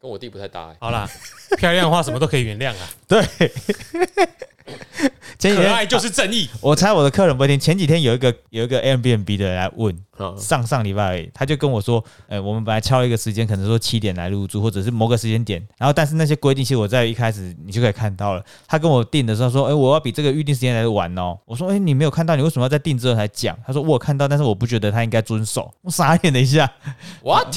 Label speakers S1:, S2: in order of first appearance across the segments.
S1: 跟我弟不太搭、欸。
S2: 好啦， 漂亮的话什么都可以原谅啊，
S3: 对， 前几
S2: 可
S3: 天
S2: 爱就是正义。
S3: 我猜我的客人不会听。前几天有一个有一个 Airbnb 的人来问，
S1: 啊，
S3: 上上礼拜而已，他就跟我说，呃，我们本来敲一个时间，可能说七点来入住，或者是某个时间点，然后但是那些规定，其实我在一开始你就可以看到了。他跟我定的时候说，哎、我要比这个预定时间来的晚哦。我说，哎、你没有看到，你为什么要在定之后才讲？他说我有看到，但是我不觉得他应该遵守。我傻眼了一下，
S1: What？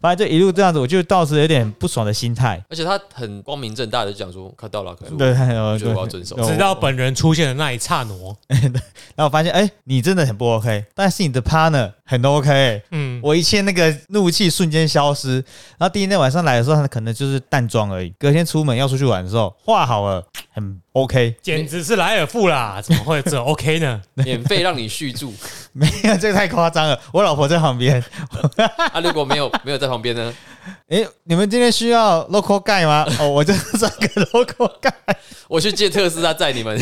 S3: 反正就一路这样子，我就倒是有点不爽的心态。
S1: 而且他很光明正大的讲说看到了，可是我
S3: 对，我
S1: 觉得我要遵守
S2: 直
S3: 知
S2: 到
S3: 道。
S2: 本人出现的那一刹那，
S3: 然后我发现，哎、你真的很不 OK，但是你的 partner 很 OK、
S2: 嗯，
S3: 我一切那个怒气瞬间消失。然后第一天晚上来的时候，他可能就是淡妆而已。隔天出门要出去玩的时候，化好了，很 OK。
S2: 简直是莱尔富啦，怎么会这 OK 呢？
S1: 免费让你续 住
S3: 没有，这个太夸张了。我老婆在旁边。
S1: 啊！如果没有没有在旁边呢？
S3: 诶，你们今天需要 local guy 吗？哦，我就是这个 local guy。
S1: 我去借特斯拉载你 们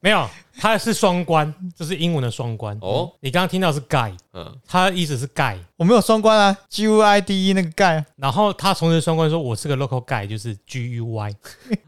S2: 没有，它是双关，这是英文的双关。
S1: 哦。
S2: 你刚刚听到是 guy，
S1: 嗯，
S2: 它的意思是 guy，
S3: 我没有双关啊，G U I D E 那个 guy，
S2: 然后他从这双关说我是个 local guy，就是 G U Y，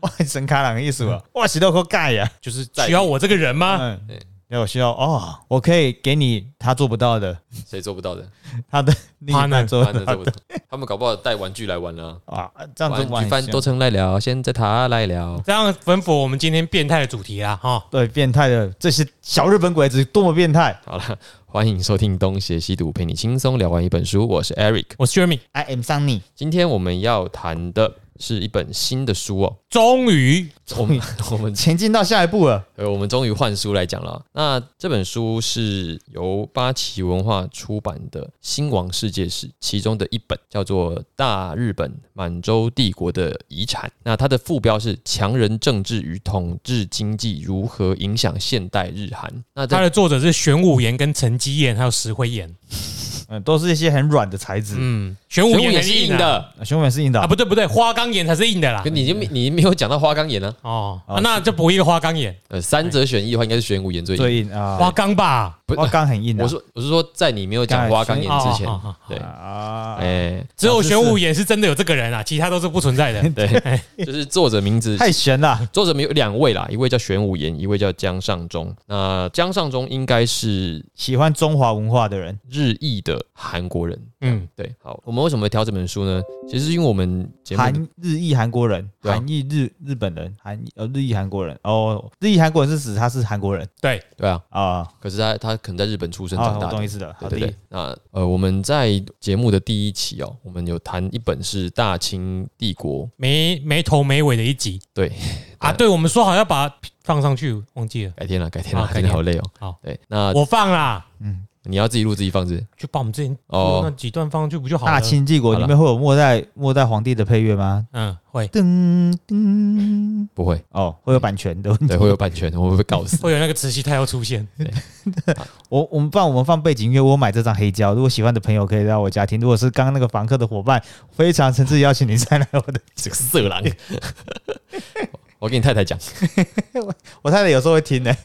S3: 哇，神卡朗的意思啊，哇，是 local guy 呀、
S2: 就是
S1: 在
S2: 需要我这个人吗？
S3: 啊。嗯
S1: 对。
S3: 那我需要哦，我可以给你他做不到的，
S1: 谁做不到的？啊
S3: 他 的另一半做
S1: 他
S3: 不
S1: 能
S3: 到
S1: 做不
S3: 的
S1: 到。他们搞不好带玩具来玩呢、
S3: 啊，这样子
S1: 玩
S3: 玩
S1: 具翻多层来聊，现在他来聊。
S2: 这样粉否我们今天变态的主题啦，哈，
S3: 对变态的这些小日本鬼子多么变态
S1: 好了，欢迎收听《东邪西毒》，陪你轻松聊完一本书。我是 Eric，
S2: 我是 Jeremy，
S3: ！I am Sunny，
S1: 今天我们要谈的是一本新的书哦。
S2: 终于
S1: 我们我们
S3: 前进到下一步了。
S1: 呃，我们终于换书来讲了。那这本书是由八旗文化出版的《新王世界史》其中的一本，叫做《大日本满洲帝国的遗产》。那它的副标是“强人政治与统治经济如何影响现代日韩”。那
S2: 他
S1: 这
S2: 的作者是玄武岩、跟陈基彦还有石灰岩。
S3: 嗯，都是一些很软的材质。
S2: 嗯，玄武
S1: 玄武
S2: 岩
S1: 也
S2: 很
S1: 是硬
S2: 啊
S1: 的，
S3: 啊熊本是硬的
S2: 啊，
S3: 啊，
S2: 不对不对，花岗岩才是硬的啦
S1: 可。你就没你没有讲到花岗岩啊？
S2: 哦，啊
S3: 哦
S2: 那就不一个花岗岩，
S1: 呃，三者选一的话，应该是玄武岩最硬。
S3: 最硬啊，
S2: 花岗吧。
S1: 不
S3: 花岗啊很硬的。
S1: 我说我是说，在你没有讲花岗岩之前
S2: 哦哦哦，
S1: 对，
S3: 啊，
S1: 哎，
S2: 只有
S3: 老师
S2: 玄武
S3: 是
S2: 岩是真的有这个人啊，其他都是不存在
S1: 嗯
S2: 的。
S1: 对，就是作者名字
S3: 太悬了。
S1: 作者们有两位啦，一位叫玄武岩，一位叫江上中。那江上中应该是
S3: 喜欢中华文化的人，
S1: 日裔的韩国人。
S2: 嗯，
S1: 对，好，我们为什么会挑这本书呢？其实是因为我们节目
S3: 韩日裔韩国人，
S1: 对啊
S3: 韩裔日日本人，韩呃日裔韩国人。哦，日裔韩国人是指他是韩国人
S2: 对，
S1: 对啊，
S3: 啊。
S1: 可是他他可能在日本出生
S3: 好，
S1: 长
S3: 我
S1: 大
S3: 懂
S1: 的
S3: 意。思的。好
S1: 对
S3: 的
S1: 对，对，那呃，我们在节目的第一期哦，我们有谈一本是《大清帝国》，
S2: 没没头没尾的一集
S1: 对，
S2: 啊。对，我们说好要把它放上去，忘记了，
S1: 改天了，改天了
S2: 好，改
S1: 真
S2: 天
S1: 的好累哦。
S2: 好，
S1: 对，那
S2: 我放啦，
S3: 嗯，
S1: 你要自己录自己放置
S2: 就把我们之前
S1: 哦
S2: 那几段放上去不就好了？
S3: 大清帝国里面会有末代末代皇帝的配乐吗？
S2: 嗯，会
S3: 噔噔，
S1: 不 会，
S3: 哦，会有版权的问题
S1: 对，。会有版权，我们会被告死。
S2: 会有那个慈禧太后出现。
S3: 我我们不然我们放背景音乐，我买这张黑胶，如果喜欢的朋友可以到我家听。如果是刚刚那个房客的伙伴，非常诚挚邀请你再来我的。
S1: 这个色狼， 我跟你太太讲，
S3: 我太太有时候会听呢、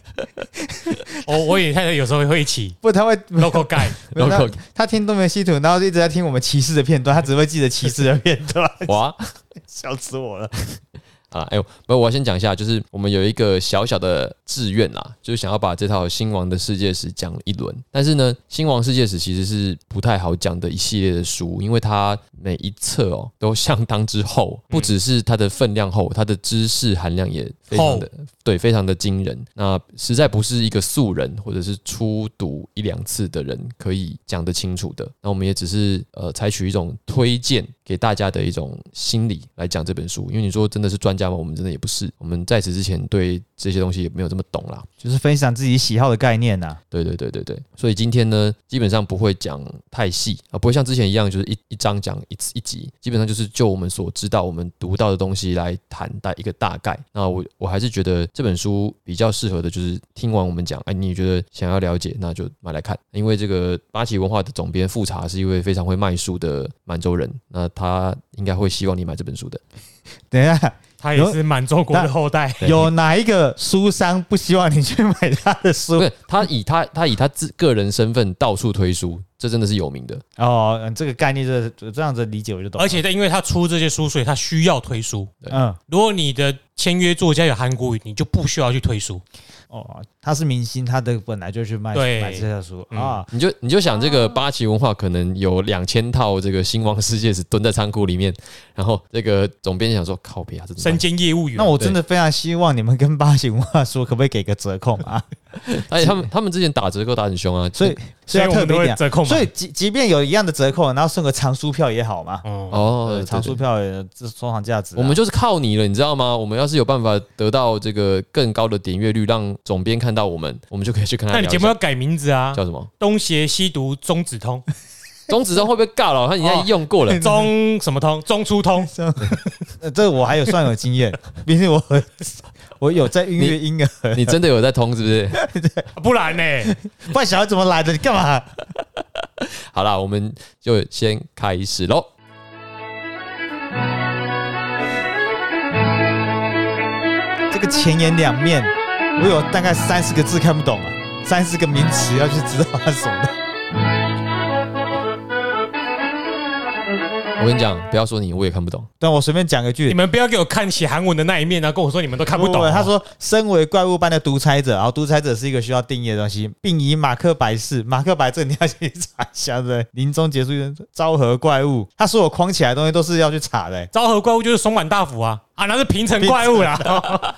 S2: 我我也太太有时候会一起
S3: 不，她会
S2: local guy，
S3: 没有她
S1: local
S3: 她听东北西土，然后一直在听我们骑士的片段，她只会记得骑士的片段，
S1: 哇，
S3: 笑死我了。
S1: 啊，哎、呦，不，我要先讲一下，就是我们有一个小小的志愿啦，就是想要把这套《新王的世界史》讲一轮。但是呢，《新王世界史》其实是不太好讲的一系列的书，因为它每一册哦都相当之厚，不只是它的分量厚，它的知识含量也非常的对，非常的惊人。那实在不是一个素人或者是初读一两次的人可以讲得清楚的。那我们也只是呃采取一种推荐给大家的一种心理来讲这本书，因为你说真的是专家吗？我们真的也不是，我们在此之前对这些东西也没有这么懂啦。
S3: 就是分享自己喜好的概念呐、
S1: 对对对对对，所以今天呢，基本上不会讲太细啊，不会像之前一样，就是一一章讲一次一集，基本上就是就我们所知道、我们读到的东西来谈大一个大概。那我我还是觉得这本书比较适合的，就是听完我们讲，哎，你觉得想要了解，那就买来看。因为这个八旗文化的总编富察是一位非常会卖书的满洲人，那他应该会希望你买这本书的。
S3: 等一下，
S2: 他也是满洲国的后代。
S1: 对
S3: 有哪一个书商不希望你去买他的
S1: 不
S3: 书？
S1: 是他以他他以他自个人身份到处推书，这真的是有名的。
S3: 哦，嗯这个概念就是这样子理解我就懂了。
S2: 而且因为他出这些书，所以他需要推书。
S3: 嗯，
S2: 如果你的签约作家有韩国语，你就不需要去推书。
S3: 哦，他是明星，他的本来就去卖
S2: 对
S3: 买这些书
S2: 嗯
S3: 啊。
S1: 你就你就想这
S2: 哦
S1: 个八旗文化可能有两千套这个新王世界史蹲在仓库里面，然后这个总编辑想说靠北啊，这怎
S2: 身
S1: 么
S2: 兼业务员，
S3: 那我真的非常希望你们跟八喜文化说，可不可以给个折扣啊？
S1: 办？而且哎他们他们之前打折扣打很凶啊，
S3: 所以所以要
S2: 我
S3: 特
S2: 们都
S3: 别一
S2: 会
S3: 点啊，
S2: 折扣嘛。
S3: 所以即即便有一样的折扣，然后送个藏书票也好嘛。
S2: 哦，
S1: 哦
S3: 呃，，藏
S1: 对
S3: 书
S1: 对
S3: 票也这收藏价值啊，
S1: 我们就是靠你了，你知道吗？我们要是有办法得到这个更高的点阅率，让总编看到我们，我们就可以去跟他
S2: 那
S1: 聊一
S2: 你
S1: 下。
S2: 节目要改名字啊，
S1: 叫什么？
S2: 东邪西毒中指 通，
S1: 中指中会不会尬了？他人家用过了，
S2: 中什么通，中出 通。
S3: 呃这我还有算有经验，毕竟我 我有在音啊乐婴儿，
S1: 你真的有在通是不是？
S2: 不然 呢？
S3: 不然小孩怎么来的？你干嘛？
S1: 好啦，我们就先开始喽。
S3: 这个前言两面，我有大概三十个字看不懂啊，三十个名词要去知道它是什么的。
S1: 我跟你讲，不要说你，我也看不懂。
S3: 但我随便讲一
S2: 你
S3: 句，
S2: 们不要给我看写韩文的那一面啊，跟我说你们都看不懂哦。
S3: 他说，身为怪物般的独裁者，然后独裁者是一个需要定义的东西，并以马克白氏， 马克白这个你要去查一下对不对。临终结束，昭和怪物，他说我框起来的东西都是要去查的、欸
S2: 昭和怪物就是松坂大辅啊，啊，那是平成怪物啊啦。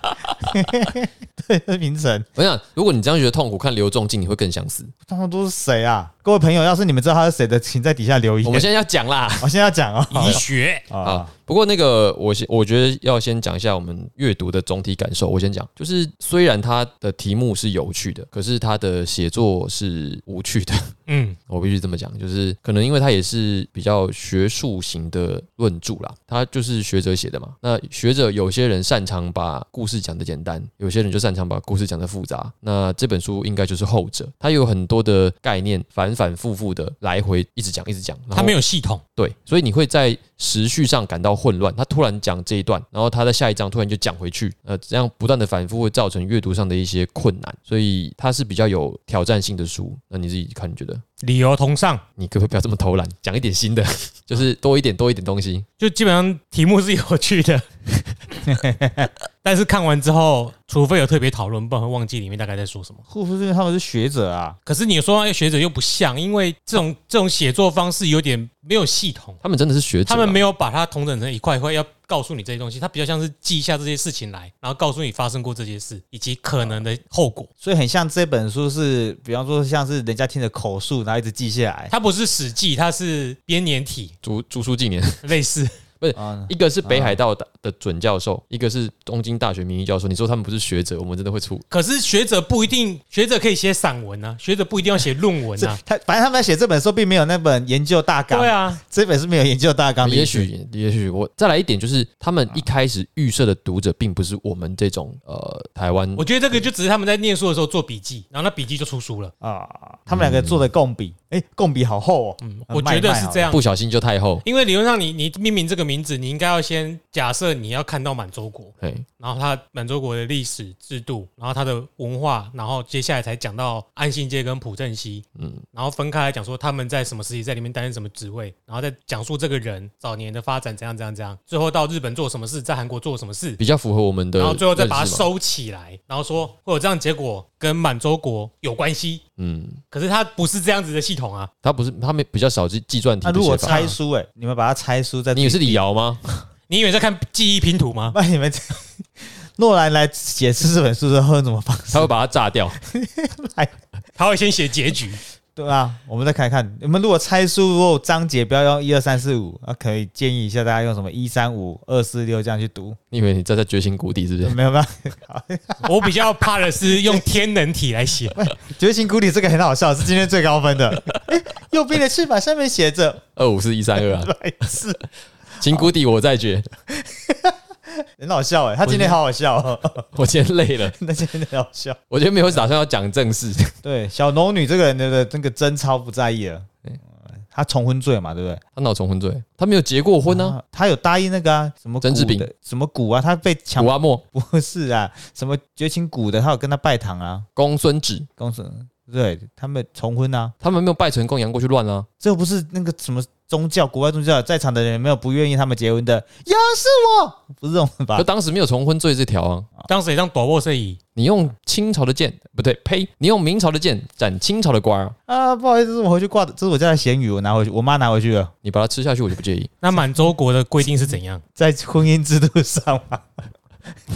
S3: 对，这是平成。
S1: 我想，如果你这样觉得痛苦，看刘仲敬你会更想死。
S3: 他们都是谁啊？各位朋友，要是你们知道他是谁的，请在底下留言。
S1: 我们现在要讲啦。
S3: 我现在要讲哦，
S2: 医学
S1: 啊
S3: 啊，，
S1: 不过那个我先，我觉得要先讲一下我们阅读的总体感受。我先讲，就是虽然它的题目是有趣的，可是它的写作是无趣的。
S2: 嗯，
S1: 我必须这么讲，就是可能因为它也是比较学术型的论著啦，它就是学者写的嘛。那学者有些人擅长把故事讲得简单，有些人就擅长把故事讲得复杂。那这本书应该就是后者，它有很多的概念反反复复的来回一直讲一直讲，然后
S2: 他没有系统，
S1: 对，所以你会在时序上感到混乱。他突然讲这一段，然后他在下一章突然就讲回去，呃，这样不断的反复会造成阅读上的一些困难，所以它是比较有挑战性的书。那你自己看，你觉得
S2: 理由同上，
S1: 你可不可以不要这么偷懒，讲一点新的， 就是多一点多一点东西？
S2: 就基本上题目是有趣的， 但是看完之后，除非有特别讨论，不然会忘记里面大概在说什么。
S3: 护肤师他们是学者啊，
S2: 可是你说那些哎学者又不像，因为这种这种写作方式有点没有系统，
S1: 他们真的是学者啊，
S2: 他们没有把它统整成一块一块，要告诉你这些东西，它比较像是记一下这些事情来，然后告诉你发生过这些事以及可能的后果。
S3: 所以很像这本书是，比方说像是人家听的口述，然后一直记下来。
S2: 它不是《史记》，它是编年体，
S1: 读读书纪年，
S2: 类似。
S3: 啊，
S1: 一个是北海道的的准教授，一个是东京大学名誉教授。你说他们不是学者，我们真的会出
S2: 可是学者不一定，学者可以写散文啊，学者不一定要写论文
S3: 这
S2: 啊。
S3: 他反正他们在写这本书，并没有那本研究大纲。
S2: 对，啊，
S3: 这本是没有研究大纲的。
S1: 也许，也许我再来一点，就是他们一开始预设的读者并不是我们这种呃台
S3: 嗯
S1: 湾
S2: 我觉得这个就只是他们在念书的时候做笔记，然后那笔记就出书了。
S3: 啊，他们两个做的共笔，哎，共笔好厚哦。
S2: 嗯，
S3: 呃
S2: 我觉得
S3: 卖
S2: 是这样
S1: 不。小心就太厚。
S2: 因为理论上你，你命名这个名字，你应该要先假设你要看到满洲国，
S1: 哎，
S2: 然后它满洲国的历史制度，然后它的文化，然后接下来才讲到安信街跟朴正熙，
S1: 嗯，
S2: 然后分开来讲说他们在什么时期在里面担任什么职位，然后再讲述这个人早年的发展怎样怎样怎样，最后到日本做什么事，在韩国做什么事，
S1: 比较符合我们的。
S2: 然后最后再把它。收起来，然后说会有这样的结果跟满洲国有关系，
S1: 嗯，
S2: 可是它不是这样子的系统啊。
S1: 他不是，他们比较少计计算题
S3: 那
S1: 的
S3: 如
S1: 写
S3: 果
S1: 法。
S3: 拆书，哎，你们把它拆书再，
S1: 你也是李瑶 吗？
S2: 你以为在看记忆拼图吗？
S3: 那你们诺兰来解释这本书之后用什么方式
S1: 他会把它炸掉。
S2: 他会先写结局，
S3: 对啊，我们再看看，你们如果拆书，如果章节不要用一二三四五，啊，可以建议一下大家用什么一三五二四六这样去读，
S1: 你以为你在在绝情谷底是不 是？
S3: 没有没有，
S2: 我比较怕的是用天能体来写，
S3: 绝情谷底这个很好笑，是今天最高 分的。诶右边的翅膀上面写着
S1: 二五四一三二啊，
S3: 白字，
S1: 情谷底我在 绝。
S3: 很好笑哎、他今天好好笑、哦，
S1: 我今天累了，
S3: 那今天很好笑。
S1: 我今天没有打算要讲正事。
S3: 对，小龙女这个人的那个真超不在意了，她重婚罪嘛，对不对？
S1: 他脑重婚罪，他没有结过婚啊。
S3: 啊，她有答应那个啊，什么
S1: 甄
S3: 谷
S1: 志炳
S3: 的什么谷啊，她被强
S1: 古阿莫、
S3: 不是啊，什么绝情谷的，她有跟他拜堂啊，
S1: 公孙止，
S3: 公孙对他们重婚啊，
S1: 他们没有拜成供养过去乱啊，
S3: 这不是那个什么宗教，国外宗教，在场的人有没有不愿意他们结婚的？呀，是我，不是这种吧
S1: 可？当时没有重婚罪这条啊。
S2: 当时也当躲过摄影，
S1: 你用清朝的剑，不对，呸！你用明朝的剑斩清朝的瓜啊，
S3: 啊，不好意思，这是我回去挂的，这是我家的咸鱼，我拿回去，我妈拿回去了，
S1: 你把它吃下去，我就不介意。
S2: 那满洲国的规定是怎样？
S3: 在婚姻制度上嘛，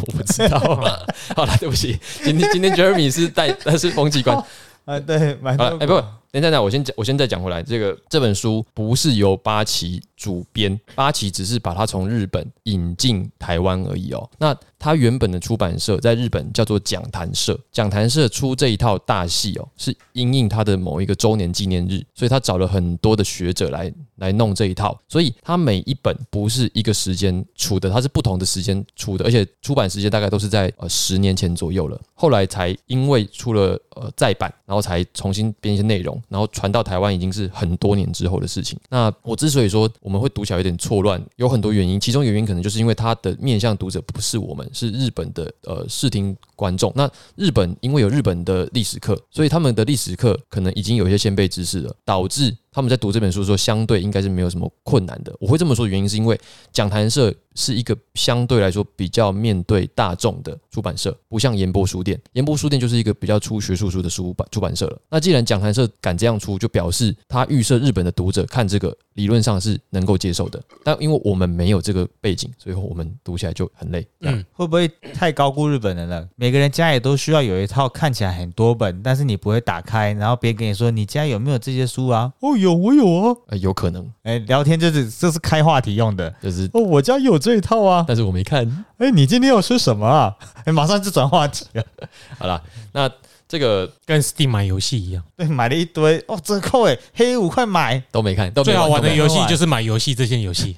S1: 我不知道啊。 好了，对不起，今天今天 Jeremy 是带， 他是风纪官。
S3: 啊，对，蛮
S1: 好了，哎、不，等等等，我先讲，我先再讲回来，这个这本书不是由八旗主编，八旗只是把它从日本引进台湾而已哦。那它原本的出版社在日本叫做讲坛社，讲坛社出这一套大戏哦，是因应它的某一个周年纪念日，所以他找了很多的学者来来弄这一套，所以它每一本不是一个时间出的，它是不同的时间出的，而且出版时间大概都是在呃十年前左右了，后来才因为出了呃再版，然后才重新编一些内容，然后传到台湾已经是很多年之后的事情。那我之所以说我们会读起来有点错乱，有很多原因，其中原因可能就是因为它的面向读者不是我们，是日本的呃视听观众。那日本因为有日本的历史课，所以他们的历史课可能已经有一些先辈知识了，导致他们在读这本书的时候，相对应该是没有什么困难的。我会这么说的原因是因为讲坛社是一个相对来说比较面对大众的出版社，不像岩波书店，岩波书店就是一个比较出学术书的书版出版社了。那既然讲坛社敢这样出，就表示他预设日本的读者看这个理论上是能够接受的。但因为我们没有这个背景，所以我们读起来就很累。嗯，
S2: 嗯，
S3: 会不会太高估日本人了？每个人家里都需要有一套看起来很多本，但是你不会打开，然后别人跟你说你家有没有这些书啊？哦，有，我有啊。
S1: 呃，有可能
S3: 哎、聊天就是这是开话题用的。
S1: 就是，
S3: 哦，我家有这一套啊。
S1: 但是我没看。
S3: 哎、你今天要吃什么啊？ 哎、马上就转话题了。
S1: 好啦，那这个
S2: 跟 Steam 买游戏一样，
S3: 对，买了一堆哦，折扣哎，黑五快买。
S1: 都没看，都没
S2: 最好玩
S1: 都没
S2: 的
S1: 玩
S2: 游戏就是买游戏这件游戏，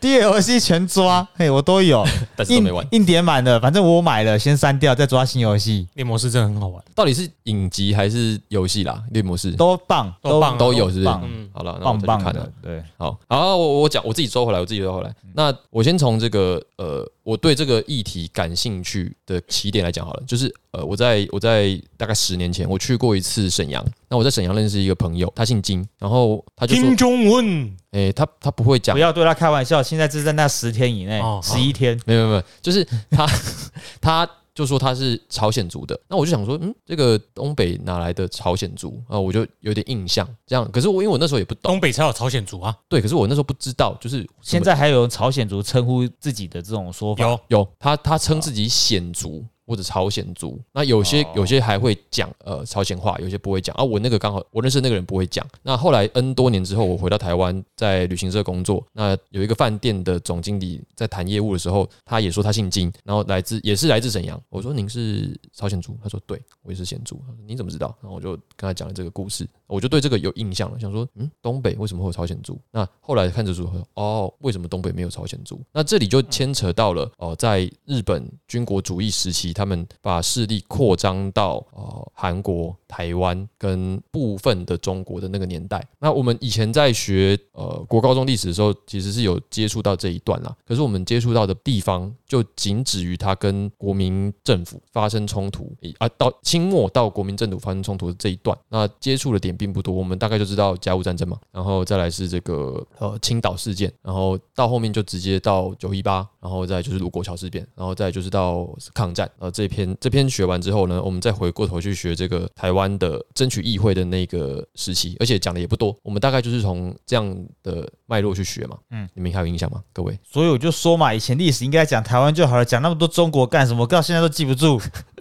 S3: DLC 全抓，嘿，我都有，
S1: 但是都
S3: 硬
S1: 没玩。
S3: 硬碟满了，反正我买了，先删掉，再抓新游戏，
S2: 猎魔师真的很好玩。
S1: 到底是影集还是游戏啦？猎魔士
S3: 都棒，
S2: 都棒啊
S1: 都有，是不是？
S3: 棒
S2: 嗯，
S1: 好了，那我
S3: 棒
S1: 再去
S3: 棒
S1: 看了
S3: 的。，对，
S1: 好，好，我我讲我自己收回来，我自己收回来。那我先从这个呃，我对这个议题感兴趣的起点来讲好了，就是呃，我在我在大概十年前，我去过一次沈阳。那我在沈阳认识一个朋友，他姓金，然后他就说
S2: 金，钟文
S1: 诶、他他不会讲
S3: 不，要对他开玩笑，现在是在那十天以内
S2: 哦，
S3: 十一天，
S1: 没有没有没有，就是他 他就说他是朝鲜族的，那我就想说，嗯，这个东北哪来的朝鲜族啊？我就有点印象，这样。可是我因为我那时候也不懂，
S2: 东北才有朝鲜族啊，
S1: 对，可是我那时候不知道，就是什么
S3: 现在还有朝鲜族称呼自己的这种说法，
S2: 有
S1: 有他他称自己鲜族或者朝鲜族，那有些有些还会讲呃朝鲜话，有些不会讲啊。我那个刚好我认识那个人不会讲。那后来 N 多年之后，我回到台湾，在旅行社工作，那有一个饭店的总经理在谈业务的时候，他也说他姓金，然后来自也是来自沈阳。我说您是朝鲜族，他说对，我也是鲜族。他说你怎么知道？然后我就跟他讲了这个故事，我就对这个有印象了，想说嗯，东北为什么会有朝鲜族？那后来看着说哦，为什么东北没有朝鲜族？那这里就牵扯到了哦、呃在日本军国主义时期，他们把势力扩张到呃韩国、台湾跟部分的中国的那个年代。那我们以前在学呃国高中历史的时候，其实是有接触到这一段啦。可是我们接触到的地方就仅止于它跟国民政府发生冲突，以啊到清末到国民政府发生冲突的这一段，那接触的点并不多。我们大概就知道甲午战争嘛，然后再来是这个呃青岛事件，然后到后面就直接到九一八，然后再来就是卢沟桥事变，然后再来就是到抗战。呃，这篇这篇学完之后呢，我们再回过头去学这个台湾的争取议会的那个时期，而且讲的也不多，我们大概就是从这样的脉络去学嘛。嗯
S3: 嗯，
S1: 你们还有印象吗？各位，
S3: 所以我就说嘛，以前历史应该讲台湾就好了，讲那么多中国干什么？我到现在都记不住，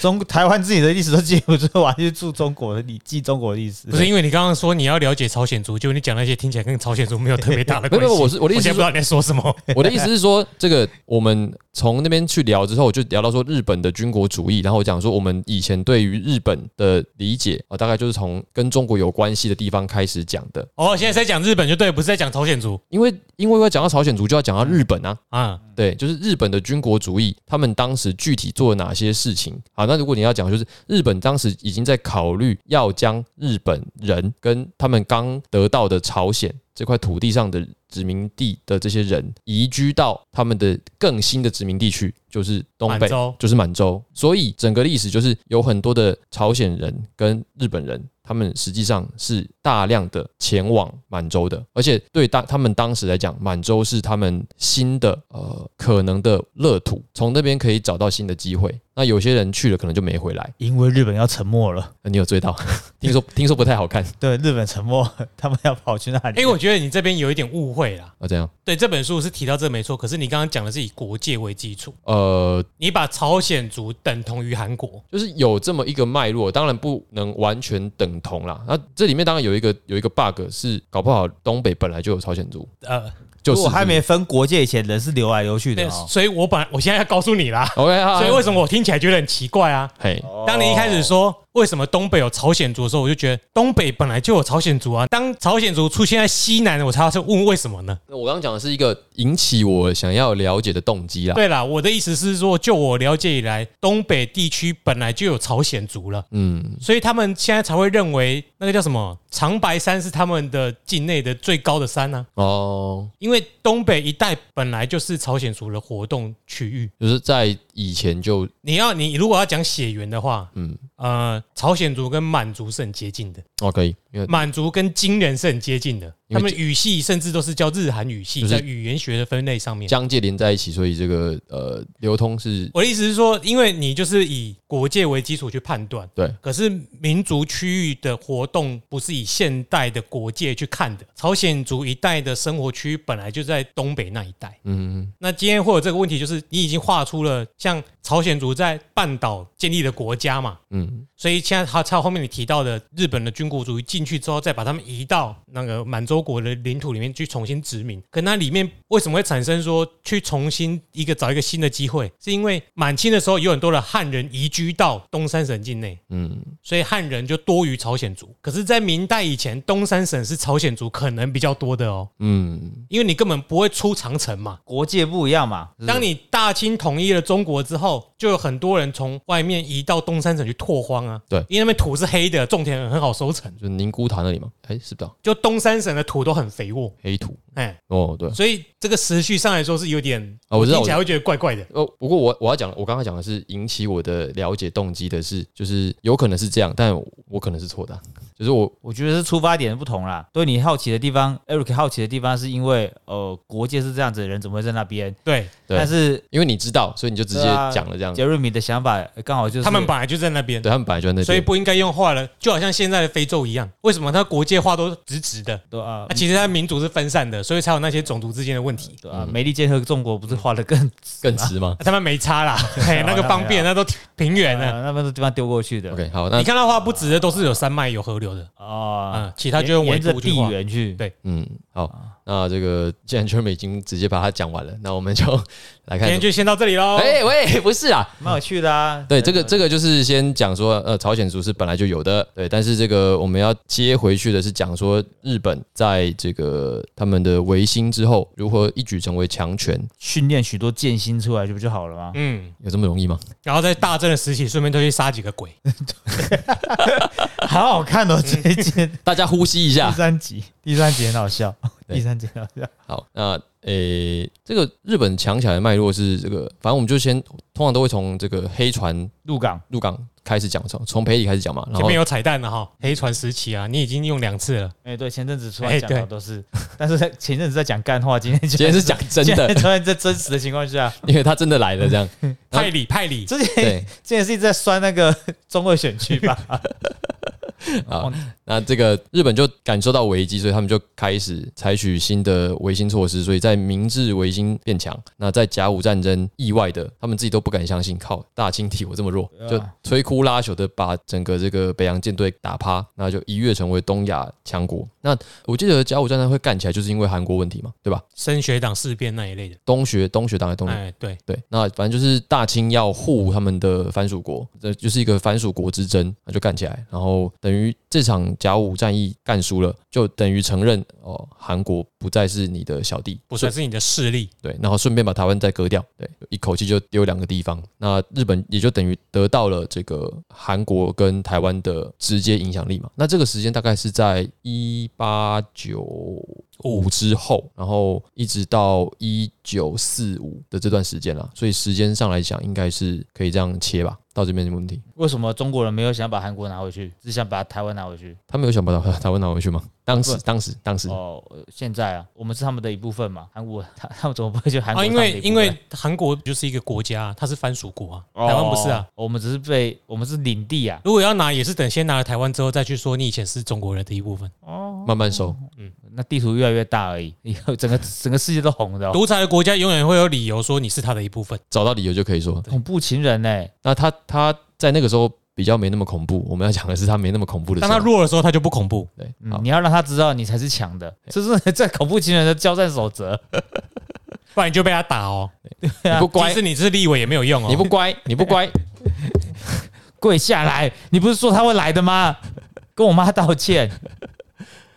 S3: 中台湾自己的历史都记不住，我还去住中国的历记中国历史，
S2: 不是因为你刚刚说你要了解朝鲜族，结果你讲那些听起来跟朝鲜族没有特别 大的
S1: 没
S2: 关
S1: 有，
S2: 系。
S1: 没有，我是我的意
S2: 现
S1: 思
S2: 在
S1: 是说，
S2: 不知道你在说 什么。
S1: 我的意思是说，这个我们从那边去聊之后，就聊到说日本的军国主义，然后我讲说我们以前对于日本的理解啊、呃大概就是从跟中国有关系的地方开始讲的，
S2: 哦，现在在讲日本就对，不是在讲朝鲜族
S1: 因为因为要讲到朝鲜族，就要讲到日本啊，
S2: 啊。
S1: 对，就是日本的军国主义，他们当时具体做了哪些事情？好，那如果你要讲，就是日本当时已经在考虑要将日本人跟他们刚得到的朝鲜这块土地上的殖民地的这些人移居到他们的更新的殖民地去，就是东北
S2: 满洲，
S1: 就是满洲。所以整个历史就是有很多的朝鲜人跟日本人。他们实际上是大量的前往满洲的，而且对当他们当时来讲，满洲是他们新的呃可能的乐土，从那边可以找到新的机会。那有些人去了可能就没回来，
S3: 因为日本要沉没了，
S1: 呃你有追到？听说听说不太好看
S3: 对，日本沉没，他们要跑去那 里。
S2: 哎、我觉得你这边有一点误会啦。
S1: 啊？怎样？
S2: 对，这本书是提到这没错，可是你刚刚讲的是以国界为基础，
S1: 呃，
S2: 你把朝鲜族等同于韩国，
S1: 就是有这么一个脉络，当然不能完全等同啦。那这里面当然有一个有一个 bug 是，搞不好东北本来就有朝鲜族，
S2: 呃，
S1: 就是
S3: 我还没分国界以前，人是流来流去的
S2: 对，
S3: 哦。
S2: 所以我本来我现在要告诉你啦，
S1: OK 啊，
S2: 所以为什么我听起来觉得很奇怪啊？
S1: 嘿，
S2: 当你一开
S3: 哦
S2: 始说为什么东北有朝鲜族的时候，我就觉得东北本来就有朝鲜族啊。当朝鲜族出现在西南，我才要去问为什么呢？
S1: 那我刚刚讲的是一个引起我想要了解的动机
S3: 啊
S1: 啦。
S2: 对啦，我的意思是说，就我了解以来，东北地区本来就有朝鲜族了，
S1: 嗯，
S2: 所以他们现在才会认为那个叫什么长白山是他们的境内的最高的山啊呢、
S1: 哦，
S2: 因为东北一带本来就是朝鲜族的活动区域。
S1: 就是在以前就
S2: 你要你如果要讲血缘的话，
S1: 嗯，
S2: 呃，朝鲜族跟满族是很接近的，
S1: 哦可以，因为
S2: 满族跟金人是很接近的，
S1: 因为
S2: 他们语系甚至都是叫日韩语系，
S1: 就是
S2: 在语言学的分类上面。
S1: 疆界连在一起，所以这个呃流通是
S2: 我的意思是说，因为你就是以国界为基础去判断，
S1: 对。
S2: 可是民族区域的活动不是以现代的国界去看的。朝鲜族一带的生活区域本来就在东北那一带。
S1: 嗯，
S2: 那今天会有这个问题，就是你已经画出了像朝鲜族在半岛建立的国家嘛，
S1: 嗯，
S2: 所以现在还有后面你提到的日本的军国主义进去之后，再把他们移到那个满洲国的领土里面去重新殖民。可那里面为什么会产生说去重新一个找一个新的机会？是因为满清的时候有很多的汉人移居到东三省境内，
S1: 嗯，
S2: 所以汉人就多于朝鲜族。可是，在明代以前，东三省是朝鲜族可能比较多的哦，
S1: 嗯，
S2: 因为你根本不会出长城嘛。
S3: 国界不一样嘛，就是
S2: 当你大清统一了中国之后，就有很多人从外面移到东三省去拓荒啊。
S1: 对
S2: 因为那边土是黑的，种田很好收成，
S1: 就宁古塔那里嘛，哎、是不是啊
S2: 就东三省的土都很肥沃，
S1: 黑土？
S2: 哎，
S1: 哦，对，
S2: 所以这个时序上来说是有点，
S1: 啊我知道
S2: 听起来会觉得怪怪的。
S1: 哦，不过我我要讲，我刚刚讲的是引起我的了解动机的是，就是有可能是这样，但我可能是错的啊，就是我
S3: 我觉得是出发点不同啦。对你好奇的地方，Eric 好奇的地方是因为呃国界是这样子，人怎么会在那边？
S2: 对
S1: 对
S3: 但是
S1: 因为你知道，所以你就直接
S3: 对啊
S1: 讲了这样，
S3: 杰瑞米的想法呃刚好就是
S2: 他们本来就在那边，
S1: 对他们本来就在那
S2: 所以
S1: 边，
S2: 不应该用画了，就好像现在的非洲一样，为什么它国界画都直直
S1: 嗯
S2: 的？
S3: 对啊
S2: 那、。其实它民族是分散的，所以才有那些种族之间的问
S1: 嗯
S2: 题。
S3: 对啊，美利坚和中国不是画的更
S1: 更直吗
S2: 啊他们没 差啦，嘿，那个方便，那都平原的。
S3: 呃那边的地方丢过去的
S1: ？OK，好，那
S2: 啊你看到画不直的都是有山脉有河流的，
S3: 哦
S2: 嗯，，其他就用纬
S3: 沿着
S2: 度去
S3: 地
S2: 画。
S3: 缘去
S2: 对
S1: 嗯，好，
S2: 啊
S1: 那这个既然 Jeremy 已经直接把它讲完了，那我 们就来
S2: 今
S1: 看
S2: 天就哎先到这里喽。
S1: 哎、喂，不是啊，
S3: 蛮有趣的啊。
S1: 对，这个这个就是先讲说，呃，朝鲜族是本来就有的，对，但是这个我们要接回去的是讲说，日本在这个他们的维新之后，如何一举成为强权，
S3: 训练许多剑心出来，这不就好了吗？
S2: 嗯，
S1: 有这么容易吗？
S2: 然后在大正的时期，顺便都去杀几个鬼。
S3: 好好看哦，这一集
S1: 大家呼吸一
S3: 第
S1: 下。
S3: 三集，第三集很好笑，
S1: 对
S3: 第三集很好笑。
S1: 好，那诶、这个日本强起来的脉络是这个，反正我们就先通常都会从这个黑船
S3: 入港
S1: 入港开始讲，从从培里开始讲嘛，然
S2: 前
S1: 后
S2: 面有彩蛋的哈，黑船时期啊，你已经用两次了。
S3: 哎、对，前阵子出来
S2: 哎
S3: 讲的
S2: 对
S3: 都是，但是在前阵子在讲干话，今天今
S1: 今天是讲真
S3: 今
S1: 的
S3: 天，突然在真实的情况 下，
S1: 因为他真的来了这样，
S2: 派里派里，
S3: 之前
S1: 对。
S3: 之前是一直在酸那个 中二选区吧？
S1: 啊，那这个日本就感受到危机，所以他们就开始采取新的维新措施，所以在明治维新变强。那在甲午战争意外的，他们自己都不敢相信，靠大清体我这么弱，
S3: 对啊
S1: 就摧枯拉朽的把整个这个北洋舰队打趴，那就一跃成为东亚强国。那我记得甲午战争会干起来，就是因为韩国问题嘛，对吧？
S2: 升学党事变那一类的，
S1: 东学东学党还是东学
S2: 哎，对，
S1: 对，那反正就是大清要护他们的藩属国，这就是一个藩属国之争，那就干起来，然后等于这场甲午战役干输了，就等于承认哦，韩国不再是你的小弟，
S2: 不算是你的势力，
S1: 对，然后顺便把台湾再割掉，对，一口气就丢两个地方，那日本也就等于得到了这个韩国跟台湾的直接影响力嘛。那这个时间大概是在一八九五之后，然后一直到一九四五的这段时间啦，所以时间上来讲，应该是可以这样切吧。到这边没问题，
S3: 为什么中国人没有想把韩国拿回去，只想把台湾拿回去？
S1: 他们有想把台台湾拿回去吗？当时
S3: 不，
S1: 当时，当时，
S3: 哦，呃现在啊，我们是他们的一部分嘛，韩国 他他们怎么不会去韩国
S2: 啊，
S3: 是
S2: 因
S3: 他们的
S2: 为
S3: 一部分？
S2: 因为韩国就是一个国家，它是藩属国啊，台湾不是啊。
S3: 哦，我们只是被我们是领地啊。
S2: 如果要拿，也是等先拿了台湾之后再去说你以前是中国人的一部分。
S1: 慢慢收。
S3: 那地图越来越大而已， 以后整个整个世界都红的、哦，
S2: 独裁的国家永远会有理由说你是他的一部分。
S1: 找到理由就可以说。
S3: 恐怖情人呢、欸
S1: 那他他在那个时候比较没那么恐怖，我们要讲的是啊他没那么恐怖的时
S2: 当
S1: 候。
S2: 他弱的时候，他就不恐怖。
S1: 对，
S3: 嗯
S1: 好，
S3: 你要让他知道你才是强的，这是在恐怖情人的交战守则。
S2: 不然你就被他打哦。
S1: 你不
S2: 即
S1: 乖，
S2: 使你是立委也没有用哦。
S1: 你不乖，你不乖，
S3: 跪下来，你不是说他会来的吗？跟我妈道歉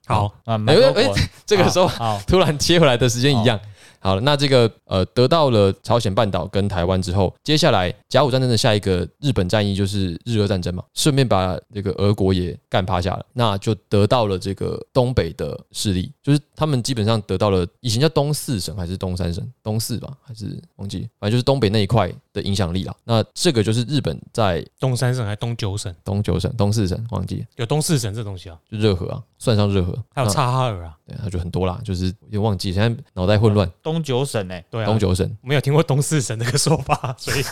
S2: 好，
S3: 啊！买多
S1: 哎
S3: 果
S1: 这个时候
S3: 好，
S1: 突然切回来的时间一样。好了，那这个呃，得到了朝鲜半岛跟台湾之后，接下来甲午战争的下一个日本战役就是日俄战争嘛，顺便把这个俄国也干趴下了，那就得到了这个东北的势力，就是他们基本上得到了以前叫东四省还是东三省，东四吧还是忘记，反正就是东北那一块的影响力啦。那这个就是日本在
S2: 东三省还东九省，
S1: 东九省、东四省忘记了，
S2: 有东四省这东西啊，
S1: 就热河啊，算上热河，
S2: 还有
S1: 那
S2: 察哈尔啊。
S1: 对，他就很多啦，就是有点忘记，现在脑袋混乱。
S3: 东九省欸呢、
S2: 对啊，
S1: 东九省，
S2: 没有听过东四省这个说法，所以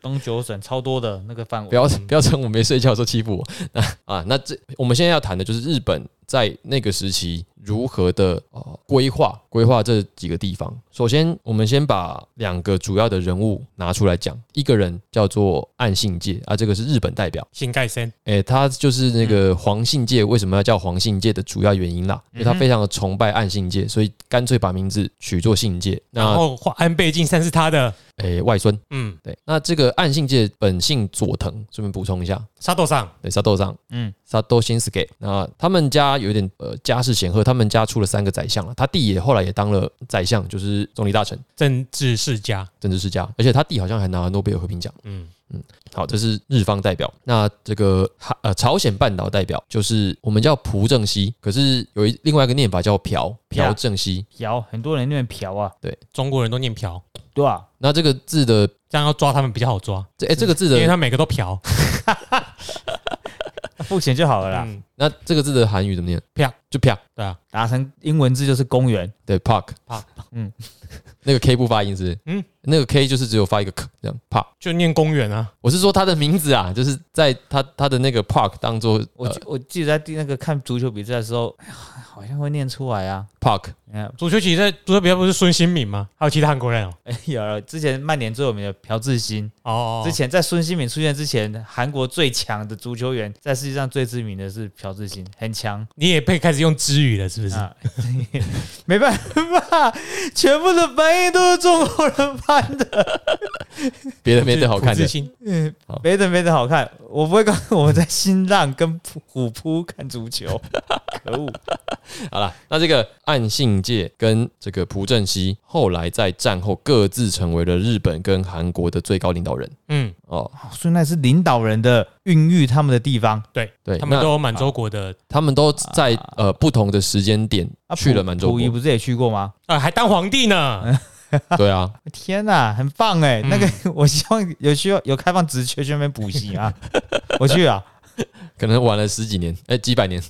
S3: 东九省超多的那个范围。
S1: 不要不要趁我没睡觉的时候欺负我。 那啊，那这我们现在要谈的就是日本在那个时期如何的呃规划规划这几个地方。首先，我们先把两个主要的人物拿出来讲，一个人叫做岸信介啊，这个是日本代表。
S2: 新盖森
S1: 诶、他就是那个
S2: 嗯
S1: 黄信介，为什么要叫黄信介的主要原因啦？因为他非常的崇拜岸信介，所以干脆把名字取作信介。
S2: 然
S1: 那
S2: 后华安倍晋三是他的，
S1: 诶、外孙，
S2: 嗯，
S1: 对，那这个岸信介本姓佐藤，顺便补充一下，
S2: 沙斗上
S1: 对，沙豆上，
S3: 嗯
S1: 嗯，沙豆新 s k 那他们家有点呃家世显赫，他们家出了三个宰相了，他弟也后来也当了宰相，就是总理大臣、
S2: 政治世家，
S1: 政治世家，而且他弟好像还拿了诺贝尔和平奖。
S2: 嗯，
S1: 好，这是日方代表。那这个哈呃朝鲜半岛代表就是我们叫朴正熙，可是有一另外一个念法叫朴朴正熙。
S3: 嫖，很多人那边嫖啊，
S2: 中国人都念嫖，
S3: 对吧、
S1: 那这个字的
S2: 这样要抓他们比较好抓，
S1: 这哎、这个字
S2: 因为
S1: 的
S2: 他每个都嫖。
S3: 付钱就好了啦。
S2: 嗯，
S1: 那这个字的韩语怎么念？
S2: 朴
S1: 就朴
S2: 对啊，
S3: 打成英文字就是公园，
S1: 对 park
S2: park，
S1: 嗯
S3: 嗯，
S1: 那个 K 不发音是不是？嗯
S2: 嗯，
S1: 那个 K 就是只有发一个 k 这样 park。
S2: 就念公园啊，
S1: 我是说他的名字啊，就是在他他的那个 park 当做
S3: 我
S1: 呃
S3: 记我记得在第那个看足球比赛的时候，哎呀好像会念出来啊。
S1: park
S3: 嗯，
S2: 足球比赛，足球比赛不是孙兴敏吗？还有其他韩国人哦。
S3: 哎 有了之前曼联最有名的朴智星，
S2: 哦，
S3: 之前在孙兴慜出现之前，韩国最强的足球员，在世界上最知名的是朴智星，很强
S2: 你也被开始用知语了，是不是？
S3: 啊。 没办法，全部的翻译都是中国人翻的，
S1: 别的没得好看
S2: 朴
S1: 的
S2: 智。星
S3: 没得没得好看。我不会告诉我在新浪跟虎扑看足 球，可恶。
S1: 好了，那这个岸信介跟这个朴正熙后来在战后各自成为了日本跟韩国的最高领导人
S2: 嗯，
S1: 哦。
S3: 哦所以那是领导人的孕育他们的地方
S2: 对，
S1: 对，
S2: 他们
S1: 那
S2: 都有满洲国的，
S1: 他们都在呃不同的时间点
S3: 啊。
S1: 去了
S3: 溥
S1: 满洲
S3: 溥仪
S1: 国。
S3: 不是也去过吗？
S2: 呃，还当皇帝呢。
S1: 对啊，
S3: 天呐，很棒哎！
S2: 嗯
S3: 那个，我希望有需要有开放职缺去那边补习啊， 我去啊。
S1: 可能晚了十几年，哎、几百 年。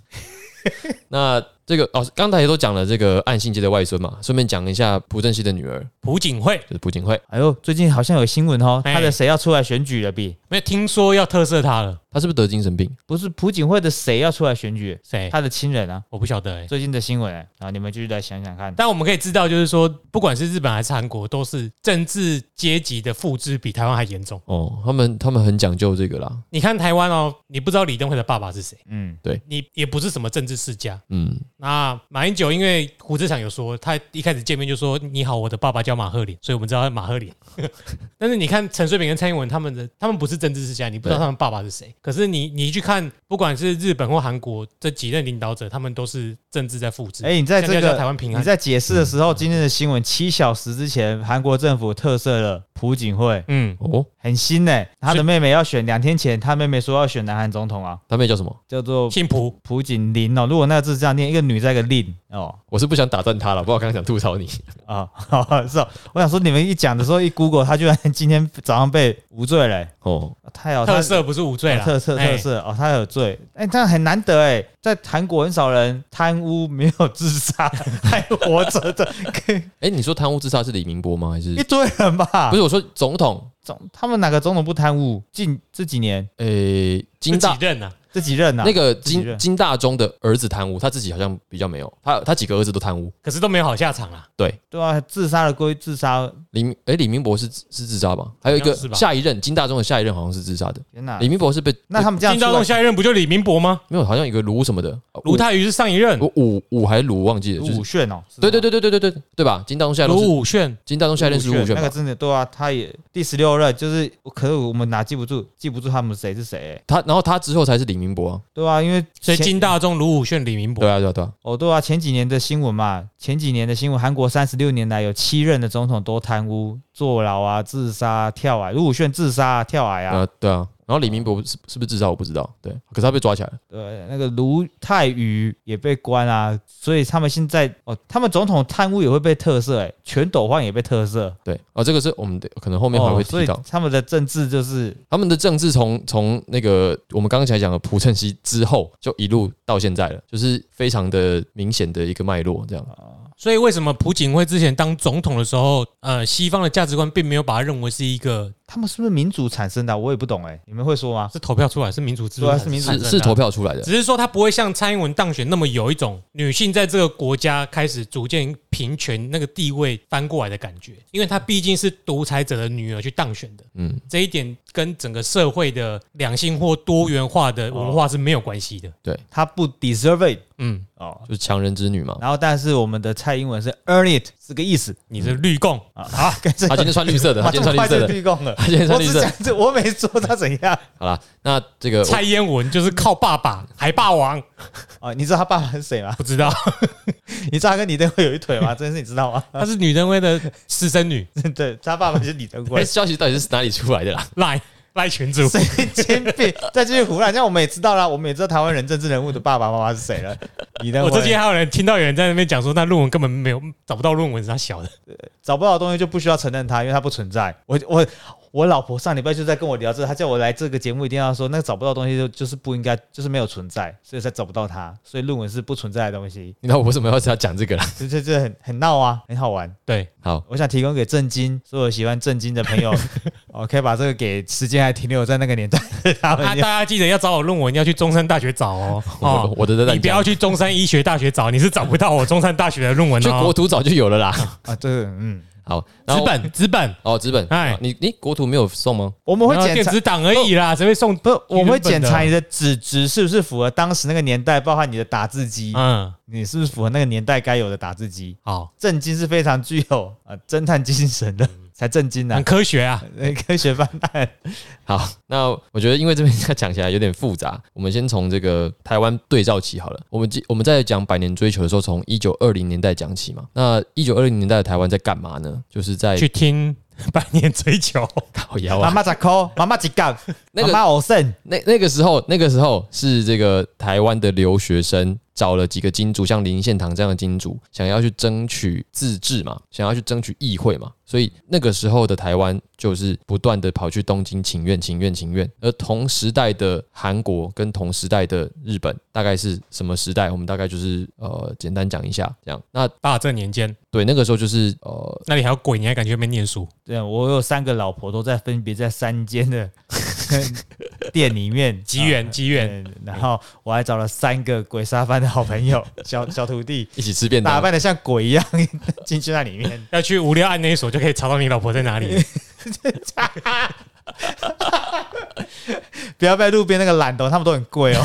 S1: 那这个哦，刚才也都讲了这个岸信介的外孙嘛，顺便讲一下朴正熙的女儿
S2: 朴槿惠
S1: 就是朴槿惠，
S3: 哎呦，最近好像有新闻哦，
S2: 哎
S3: 他的谁要出来选举了？比
S2: 没有听说要特赦他了，
S1: 她是不是得精神病？
S3: 不是朴槿惠的谁要出来选举？
S2: 谁？
S3: 他的亲人啊，
S2: 我不晓得哎。
S3: 最近的新闻哎啊，你们继续来想想看。
S2: 但我们可以知道，就是说，不管是日本还是韩国，都是政治阶级的复制比台湾还严重。
S1: 哦，他们他们很讲究这个啦，
S2: 你看台湾哦，你不知道李登辉的爸爸是谁，
S3: 嗯，
S2: 你也不是什么政治世家，
S1: 嗯，
S2: 那马英九因为胡志强有说，他一开始见面就说：“你好，我的爸爸叫马赫林。”所以我们知道他是马赫林。 但是你看陈水扁跟蔡英文他们的，他们不是政治世家，你不知道
S1: 对
S2: 他们爸爸是谁。可是你你去看，不管是日本或韩国这几任领导者，他们都是政治在复制。
S3: 哎、你在
S2: 像
S3: 这
S2: 叫台
S3: 个
S2: 湾平
S3: 你
S2: 安，
S3: 在解释的时候，
S2: 嗯
S3: 今天的新闻七小时之前，韩国政府特赦了朴槿惠，
S2: 嗯，
S1: 哦，
S3: 很新呢、他的妹妹要选，两天前他妹妹说要选南韩总统啊，
S1: 他妹叫什么？
S3: 叫做
S2: 姓朴，
S3: 朴槿令哦。如果那个字这样念，一个女在一个令哦
S1: 我是不想打断他了，不过我刚刚想吐槽你。
S3: 啊、是哦。 我想说你们一讲的时候一 Google，他居然今天早上被无罪嘞、
S1: 哦，
S3: 太好，
S2: 特
S3: 他
S2: 色不是无罪了，
S3: 特色特
S2: 哎
S3: 色哦，他有罪，哎、这样很难得哎，在韩国很少人贪污没有自杀 还活着的，
S1: 哎、你说贪污自杀是李明博吗？还是
S3: 一堆人吧？
S1: 不是？我说总统，
S3: 总他们哪个总统不贪污？近这几年
S1: 呃、
S2: 这
S1: 金
S2: 几
S1: 大
S2: 任啊，
S3: 这几任啊，
S1: 那个
S3: 自己
S1: 金
S3: 认
S1: 金大中的儿子贪污，他自己好像比较没有，他他几个儿子都贪污。
S2: 可是都没有好下场啊。
S1: 对，
S3: 对啊，自杀的归自杀，
S1: 李明哎、李明博是是自杀吧？还有一
S2: 好
S1: 个
S2: 像是吧
S1: 下一任金大中的下一任好像是自杀的。
S3: 天哪
S1: 李！明博是被
S3: 啊那他们这样
S2: 金
S3: 出
S2: 大中
S3: 来，
S2: 下一任不就李明博吗？
S1: 没有，好像有个卢什么的，呃
S2: 卢泰愚是上一任，
S1: 我武武还是卢忘记了，就是
S3: 武炫哦，是吗
S1: 对对，对对对对对对吧？金大中
S3: 啊
S1: 下一任是
S2: 卢武铉，
S1: 金大中下一任是吴武
S3: 那个
S1: 吧？
S3: 真的对啊，他也第十六任，就是可是我们哪记不住，记不住他们谁是谁、哎
S1: 他然后他之后才是李明博啊，
S3: 对啊，因为
S2: 所以
S3: 前
S2: 金大中、卢武铉、李明博
S1: 对。啊对啊对啊，
S3: 哦，对啊，前几年的新闻嘛，前几年的新闻，韩国三十六年来有七任的总统都贪污、坐牢啊、自杀啊、跳崖，卢武铉自杀、啊、跳崖啊，
S1: 呃对啊，然后李明博是是不是自杀我不知道，对，可是他被抓起来了，
S3: 呃，那个卢泰愚也被关啊，所以他们现在哦，他们总统贪污也会被特赦、哎，全斗焕也被特赦，
S1: 对啊，这个是我们的可能后面还会
S3: 哦所
S1: 提
S3: 以
S1: 到，
S3: 他们的政治就是
S1: 他们的政治从从那个我们刚才讲的朴正熙之后，就一路到现在了，就是非常的明显的一个脉络，这样
S2: 所以为什么朴槿惠之前当总统的时候，呃，西方的价值观并没有把他认为是一个
S3: 他们是不是民主产生的啊、我也不懂哎、你们会说吗？
S2: 是投票出来是民主制度
S3: 对啊
S2: 产生
S3: 是民主
S2: 的
S1: 是是投票出来的。
S2: 只是说他不会像蔡英文当选那么有一种女性在这个国家开始逐渐平权那个地位翻过来的感觉，因为她毕竟是独裁者的女儿去当选的，
S1: 嗯，
S2: 这一点跟整个社会的两性或多元化的文化是没有关系的。
S3: 他不 deserve it
S2: 嗯，
S3: 哦。
S1: 就是强人之女嘛。
S3: 然后，但是我们的蔡英文是 earn it 是个意思
S2: 你是绿共，
S3: 啊啊，跟这
S1: 她嗯今天穿绿色的，她今天穿绿色的，
S3: 绿共了。
S1: 她今天
S3: 我
S1: 穿绿
S3: 只
S1: 色的
S3: 讲。这，我没说他怎样
S1: 好啦，那这个
S2: 蔡英文就是靠爸爸海霸王，
S3: 哦。你知道他爸爸是谁吗？
S2: 不知道
S3: 你知道他跟李登辉有一腿吗？这件事你知道吗？
S2: 她是女登辉的私生女，
S3: 对，他爸爸就是李登
S1: 我哎
S3: 辉，
S1: 消息到底是哪里出来的啦？
S2: 赖赖群主。
S3: 神经病！再继续胡乱，这样我们也知道啦，我们也知道台湾人政治人物的爸爸妈妈是谁 了。李登
S2: 我之
S3: 辉
S2: 前还有人听到有人在那边讲说，那论文根本没有找不到论文是他小的，
S3: 找不到的东西就不需要承认他，因为他不存在。我我我老婆上礼拜就在跟我聊这，她叫我来这个节目一定要说，那个找不到的东西就就是不应该，就是没有存在，所以才找不到它。所以论文是不存在的东西，
S1: 你知道我为什么要要讲这个啦？
S3: 这这这很很闹啊，很好玩。
S2: 对，
S1: 好，
S3: 我想提供给震惊所有喜欢震惊的 朋友，哦，可以把这个给时间还停留在那个年代的他
S2: 啊，
S3: 们
S2: 大。家记得要找我论文，要去中山大学找哦。
S1: 我
S2: 哦，
S1: 我的在
S2: 你不要去中山医学大学找，你是找不到我中山大学的论文
S1: 去国
S2: 哦。
S1: 图早就有了啦。
S3: 啊，这个嗯，
S1: 好，然
S2: 纸
S1: 后
S2: 本，纸本，
S1: 哦，纸本，
S2: 哎
S1: 你你国图没有送吗？
S3: 我们会
S2: 然后
S3: 检
S2: 电
S3: 查
S2: 子档而已啦，谁会送？
S3: 不，我们
S2: 原
S3: 会
S2: 本的
S3: 检查你的纸质是不是符合当时那个年代，包含你的打字机，
S2: 嗯，
S3: 你是不是符合那个年代该有的打字机？
S2: 好，
S3: 震惊是非常具有呃侦探精神的，才震惊呢、
S2: 很
S3: 啊。
S2: 科学啊。
S3: 呃科学办案，
S2: 哎
S1: 好，那我觉得因为这边讲起来有点复杂， 我们先从这个台湾对照起好了。我们记我们在讲百年追求的时候，从一九二零年代讲起嘛。那一九二零年代的台湾在干嘛呢？就是
S3: 哎
S1: 在
S2: 去听《百年追求》，
S1: 烤窑
S3: 妈
S1: 啊，
S3: 妈咋扣，妈妈几 杠，
S1: 那
S3: 妈
S1: 个
S3: 妈偶胜，
S1: 那那个时候，那个时候是这个台湾的留学生找了几个金主，像林献堂这样的金主，想要去争取自治嘛，想要去争取议会嘛，所以那个时候的台湾就是不断的跑去东京请愿、请愿、请愿。而同时代的韩国跟同时代的日本，大概是什么时代？我们大概就是呃，简单讲一下这样。那
S2: 大正年间，
S1: 对那个时候就是呃，
S2: 那里还有鬼，你还敢去那边念书？
S3: 对我有三个老婆都在分别在三间 的店里面
S2: 吉远，
S3: 啊
S2: 吉远，
S3: 嗯然后我还找了三个鬼杀番的好朋友， 小小徒 弟，
S1: 一起吃便
S3: 打
S1: 当。
S3: 扮的像鬼一样 进去那里面，
S2: 要去无聊案内所就可以查到你老婆在哪里。
S3: 不要被路边那个懒惰，他们都很贵哦。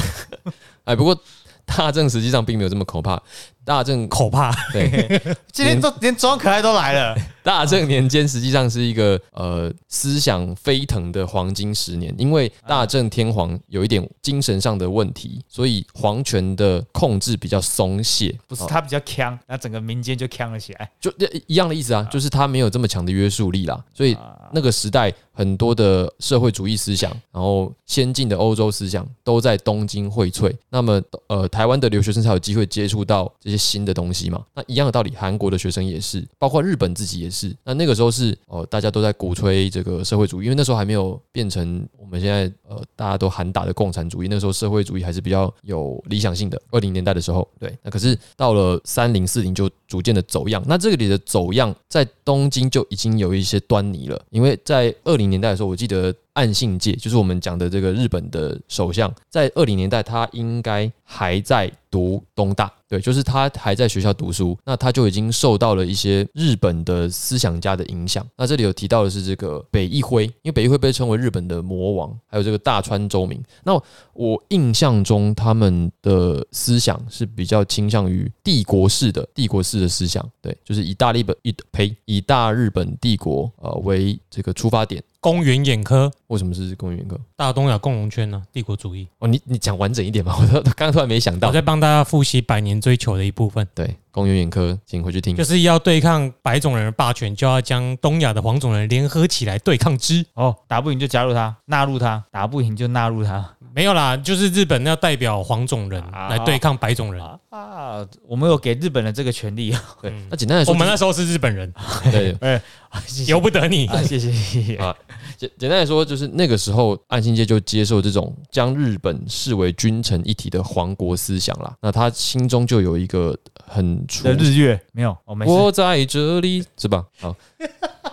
S1: 哎，不过。大正实际上并没有这么可怕。大正
S2: 口怕，
S1: 对
S3: 今天都连装可爱都来了，
S1: 大正年间实际上是一个呃思想飞腾的黄金十年，因为
S3: 啊
S1: 大正天皇有一点精神上的问题，所以皇权的控制比较松懈。
S3: 不是
S1: 哦
S3: 他比较强，那整个民间就强了起来。
S1: 就一样的意思啊，就是他没有这么强的约束力啦，所以
S3: 啊
S1: 那个时代很多的社会主义思想，然后先进的欧洲思想都在东京荟萃。那么，呃，台湾的留学生才有机会接触到这些新的东西嘛？那一样的道理，韩国的学生也是，包括日本自己也是。那那个时候是哦、呃大家都在鼓吹这个社会主义，因为那时候还没有变成我们现在呃大家都喊打的共产主义。那时候社会主义还是比较有理想性的。二零年代的时候，对，那可是到了三零四零就逐渐的走样。那这个里的走样，在东京就已经有一些端倪了，因为在二零年代的时候，我记得岸信介就是我们讲的这个日本的首相，在二零年代他应该还在读东大，对，就是他还在学校读书，那他就已经受到了一些日本的思想家的影响。那这里有提到的是这个北一辉，因为北一辉被称为日本的魔王，还有这个大川周明。那我印象中，他们的思想是比较倾向于帝国式的帝国式的思想，对，就是以大日本以呸以大日本帝国呃为这个出发点。
S2: 公园眼科、
S1: 为什么是公园课？
S2: 大东亚共荣圈呢、帝国主义。
S1: 哦，你你讲完整一点吧， 我都刚刚突然没想
S2: 我
S3: 啊
S1: 到。
S2: 在帮大家复习百年追求的一部分，
S1: 对，公园眼科，请回去听
S3: 嗯
S2: 就。是要对抗白种人的霸权，就要将东亚的黄种人联合起来对抗之。
S3: 哦，打不赢就加入他，纳入他，打不赢就纳入他
S2: 没有啦，就是日本要代表黄种人
S3: 啊
S2: 来对抗白种人。
S3: 啊！我们有给日本人这个权 利啊！
S1: 对
S2: 嗯，
S1: 那简单来
S2: 我
S1: 说，
S2: 们那时候是日本人，
S1: 对，
S3: 哎谢谢
S2: 由不得你。
S3: 啊，谢谢谢谢
S1: 啊。简简单来说，就是那个时候，岸信介就接受这种将日本视为君臣一体的皇国思想啦。那他心中就有一个很出
S3: 的日月没有，哦，没事
S1: 我在这里，是吧？好，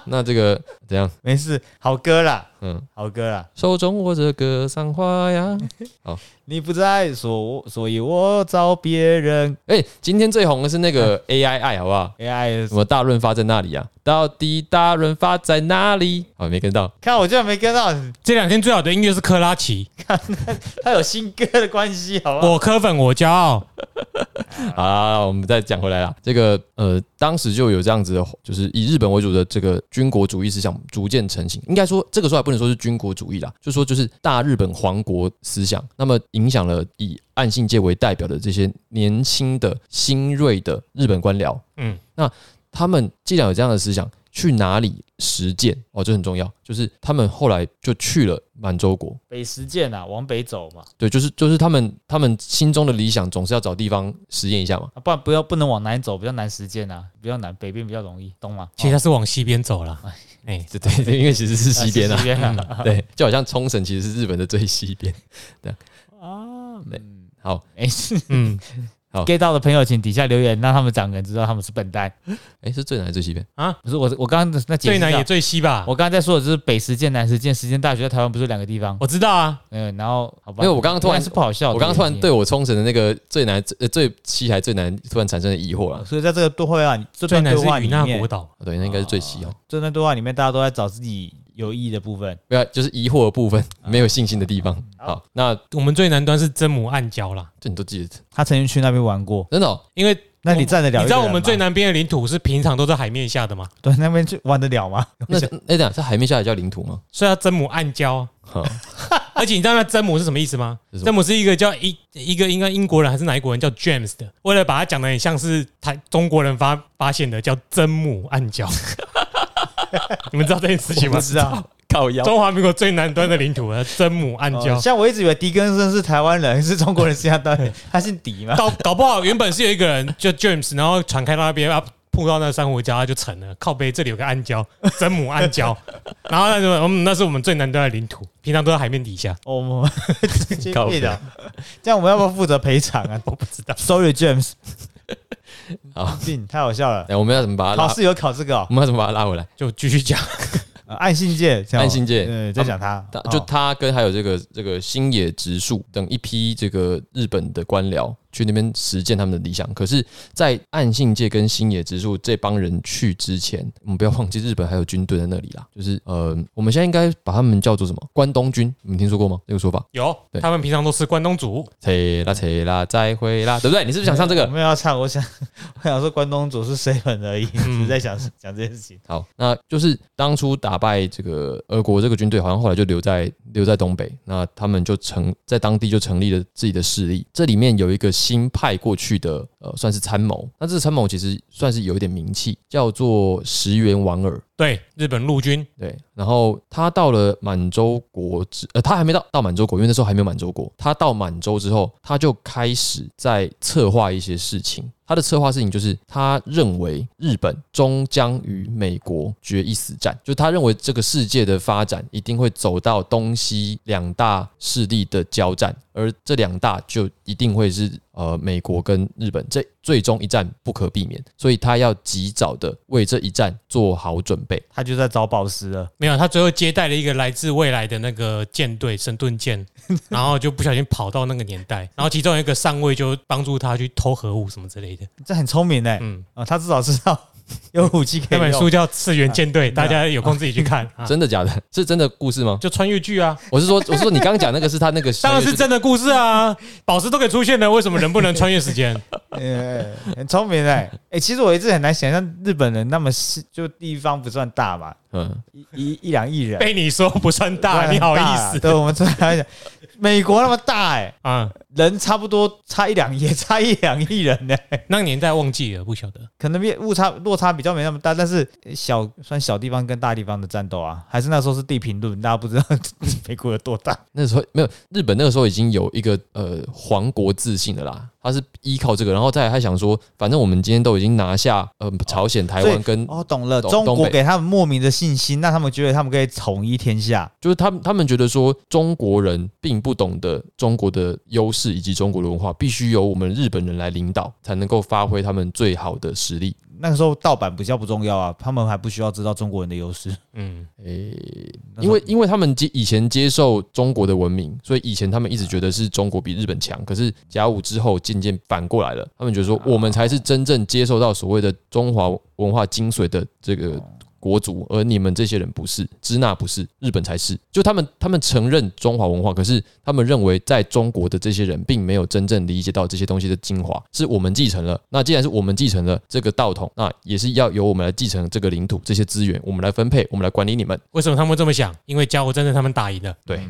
S1: 那这个怎样？
S3: 没事，好歌啦，
S1: 嗯，
S3: 好歌啦。
S1: 手中握着格桑花呀。
S3: 你不在，所所以我找别人。哎
S1: 哎、今天最红的是那个 A I I，好不好？
S3: AI
S1: 什么大润发在那里啊？到底大润发在哪里？好，没跟到。
S3: 看我居然没跟到，
S2: 这两天最好的音乐是克拉奇，
S3: 他有新歌的关系，好不好？
S2: 我科粉我骄傲。
S1: 好啦，我们再讲回来啦。这个呃，当时就有这样子的，就是以日本为主的这个军国主义思想逐渐成型。应该说，这个时候还不能说是军国主义啦，就说就是大日本皇国思想，那么影响了以岸信介为代表的这些年轻的新锐的日本官僚。
S2: 嗯，
S1: 那他们既然有这样的思想，去哪里实践哦，这很重要。就是他们后来就去了满洲国，
S3: 北实践啊，往北走嘛，
S1: 对，就是就是他们他们心中的理想总是要找地方实验一下嘛。
S3: 啊，不然不要不能往南走，比较难实践啊，比较难，北边比较容易，懂吗？哦
S2: 其实他是往西边走了。哎，
S1: 对对对，因为其实是西边
S3: 啊
S1: 啊
S3: 西，边啊，
S1: 对，就好像冲绳其实是日本的最西边。
S3: 啊，嗯
S1: 好，
S3: 没事。
S2: 嗯
S3: get 到的朋友，请底下留言，让他们长人知道他们是笨蛋。
S1: 哎，是最南还是最西边？
S2: 啊，
S3: 不是我，我刚刚那解
S2: 最
S3: 释
S2: 南也
S3: 到，
S2: 最西吧
S3: 我。刚刚在说的就是北实践、南实践，实践大学在台湾不是有两个地方？
S2: 我知道啊，
S3: 嗯，然后好吧，
S1: 没有我刚刚突然
S3: 原来是不好笑的，
S1: 哦我刚刚突然
S3: 对。
S1: 对我冲绳的那个最南、最呃最西还最南突然产生了疑惑了。
S3: 所以在这个对话里，这
S2: 最
S3: 段对
S2: 南是
S3: 话
S2: 与
S3: 里
S2: 那
S3: 面
S2: 国，岛。
S1: 对，那应该是最西哦。
S3: 这段对话里面，大家都在找自己有意义的部分。
S1: 不要，啊就是疑惑的部分，没有信心的地方。好，那
S2: 我们最南端是真母暗礁啦，
S1: 这你都记得，
S3: 他曾经去那边玩过，
S1: 真的哦
S2: 因为
S3: 那你站得了
S2: 你
S3: 一个人吗？
S2: 知道我们最南边的领土是平常都在海面下的吗？
S3: 对那边去玩得了吗？
S1: 那那等一下在海面下也叫领土吗？
S2: 所以它真母暗礁 啊。
S1: 好，
S2: 而且你知道那真母是什么意思吗
S1: 是什？么
S2: 真母是一个叫一一个应该英国人还是哪一国人叫 James 的，为了把它讲的很像是台中国人发发现的，叫真母暗 礁。你们知道这件事情
S3: 我
S2: 吗
S3: 不？知 道。
S1: 靠腰。
S2: 中华民国最南端的领土啊，真母暗
S3: 哦
S2: 礁。
S3: 像我一直以为狄更森是台湾人，是中国人，是他当然他姓 狄嘛。
S2: 搞搞不好原本是有一个人叫 James，然后传开到那边啊。碰到那珊瑚礁，他就沉了。靠背这里有个暗礁，真母暗礁。 然后他就说：“嗯，那是我们最南端的领土，平常都在海面底下。
S3: 哦我 们直接
S1: 靠
S3: 变的，这样我们要不要负责赔偿啊”
S2: 我不知道，
S3: ？Sorry James，
S1: 好，嗯
S3: 进太好笑了。
S1: 哎，我们要怎么把它
S3: 考
S1: 拉？
S3: 试有考这个哦
S1: 我，们要怎么把它拉回来？
S2: 就继续 讲。
S3: 呃暗信界，这样
S1: 岸信介
S3: 呃，在讲他
S1: 他，
S3: 哦
S1: 就他跟还有这个这个星野直树等一批这个日本的官僚去那边实践他们的理想。可是，在暗信界跟星野直树这帮人去之前，我们不要忘记日本还有军队在那里啦。 就是呃，我们现在应该把他们叫做什么？关东军，你们听说过吗？这个说法？嗯
S2: 有
S1: 对，
S2: 他们平常都吃关东煮，
S1: 切啦切啦，再会啦，对不对？你是不是想唱这
S3: 我
S1: 个？
S3: 没有要唱，我想 我想说关东煮是 seven 而已，只是在想讲这件事情。
S1: 好，那就是当初打败这个俄国这个军队，好像后来就留在留在东北，那他们就成在当地就成立了自己的势力。这里面有一个新派过去的，呃，算是参谋。那这个参谋其实算是有一点名气，叫做石原莞尔。
S2: 对，日本陆军
S1: 对，然后他到了满洲国之，呃，他还没到到满洲国，因为那时候还没有满洲国。他到满洲之后，他就开始在策划一些事情。他的策划事情就是，他认为日本终将与美国决一死战，就是他认为这个世界的发展一定会走到东西两大势力的交战，而这两大就一定会是呃美国跟日本这最终一战不可避免，所以他要及早的为这一战做好准备。
S3: 他就在找宝石了，
S2: 没有，他最后接待了一个来自未来的那个舰队神盾 舰，然后就不小心跑到那个年代，然后其中有一个上尉就帮助他去偷核武什么之类的。
S3: 这很聪明哎、
S2: 嗯，
S3: 啊，他至少知道有武器可
S2: 那
S3: 以
S2: 本书
S3: 用。哎
S2: 叫《次元舰队》，大家有空自己去看啊。
S1: 真的假的？是真的故事吗？
S2: 就穿越剧啊，
S1: 我是说，我是说你刚刚讲那个是他那个
S2: 当然是真的故事啊，宝石都可以出现的，为什么人不能穿越时 间？
S3: 呃，很聪明哎、哎、其实我一直很难想象日本人那么是就地方不算大嘛，
S1: 嗯，
S3: 一一一两亿人，
S2: 被你说不算大，你好
S3: 对很
S2: 意
S3: 大
S2: 思
S3: 对，我们突然想，美国那么大哎、
S2: 啊？
S3: 人差不多差一两也差一两亿人呢、
S2: 哎那个年代忘记了，不晓得。
S3: 可能比误差落差比较没那么大，但是小算小地方跟大地方的战斗啊，还是那时候是地平论，大家不知道 美国有多大。
S1: 那时候没有日本那个时候已经有一个呃皇国自信的啦，他是依靠这个，然后再来他想说，反正我们今天都已经拿下呃朝鲜、台
S3: 所
S1: 湾
S3: 以
S1: 跟，
S3: 哦，懂了，
S1: 懂
S3: 中
S1: 东
S3: 国
S1: 北
S3: 给他们莫名的信心，那他们觉得他们可以统一天下。
S1: 就是他们他们觉得说中国人并不懂得中国的优势以及中国的文化，必须由我们日本人来领导，才能够发挥他们最好的实力。
S3: 那个时候盗版比较不重要啊，他们还不需要知道中国人的优势。
S2: 嗯，
S1: 诶、
S3: 那时候
S1: 因为因为他们接以前接受中国的文明，所以以前他们一直觉得是中国比日本强。可是甲午之后渐渐反过来了，他们觉得
S3: 啊
S1: 说我们才是真正接受到所谓的中华文化精髓的这
S3: 哦
S1: 个国族，而你们这些人不是，支那不是，日本才是。就他们他们承认中华文化，可是他们认为在中国的这些人并没有真正理解到这些东西的精华，是我们继承了。那既然是我们继承了这个道统，那也是要由我们来继承这个领土这些资源，我们来分配，我们来管理你们。
S2: 为什么他们会这么想？因为甲午战争他们打赢了，
S1: 对，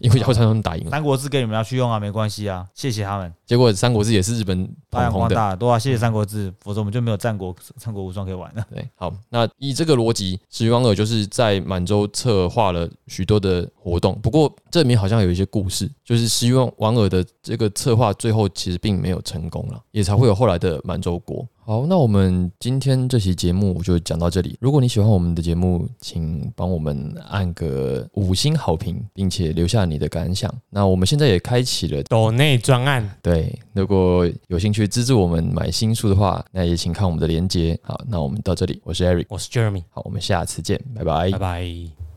S1: 因为姚山他们打赢了。
S3: 三国志给你们要去用啊，没关系啊，谢谢他们
S1: 结果《三国志》也是日本
S3: 发
S1: 捧
S3: 扬
S1: 红
S3: 光
S1: 的。
S3: 大，对啊，谢谢三国志，否则我们就没有战国战国无双可以玩了。
S1: 对，好，那以这个逻辑，石光尔就是在满洲策划了许多的活动。不过这里面好像有一些故事，就是石光王尔的这个策划最后其实并没有成功了，也才会有后来的满洲国。好，那我们今天这期节目就讲到这里。如果你喜欢我们的节目，请帮我们按个五星好评，并且留下你的感想。那我们现在也开启了
S2: 岛内专案，
S1: 对，如果有兴趣资助我们买新书的话，那也请看我们的链接。好，那我们到这里，我是 Eric，
S2: 哎我是 Jeremy，
S1: 好，我们下次见，拜拜
S2: 拜拜。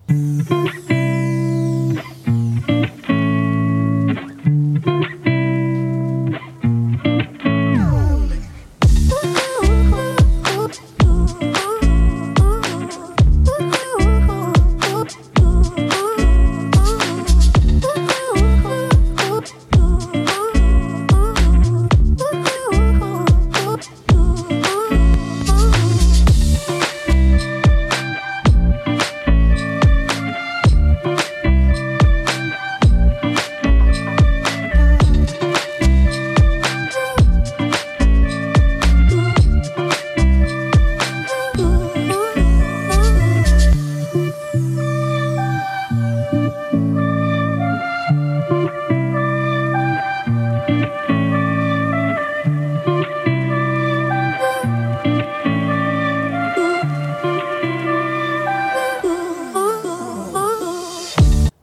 S4: Thank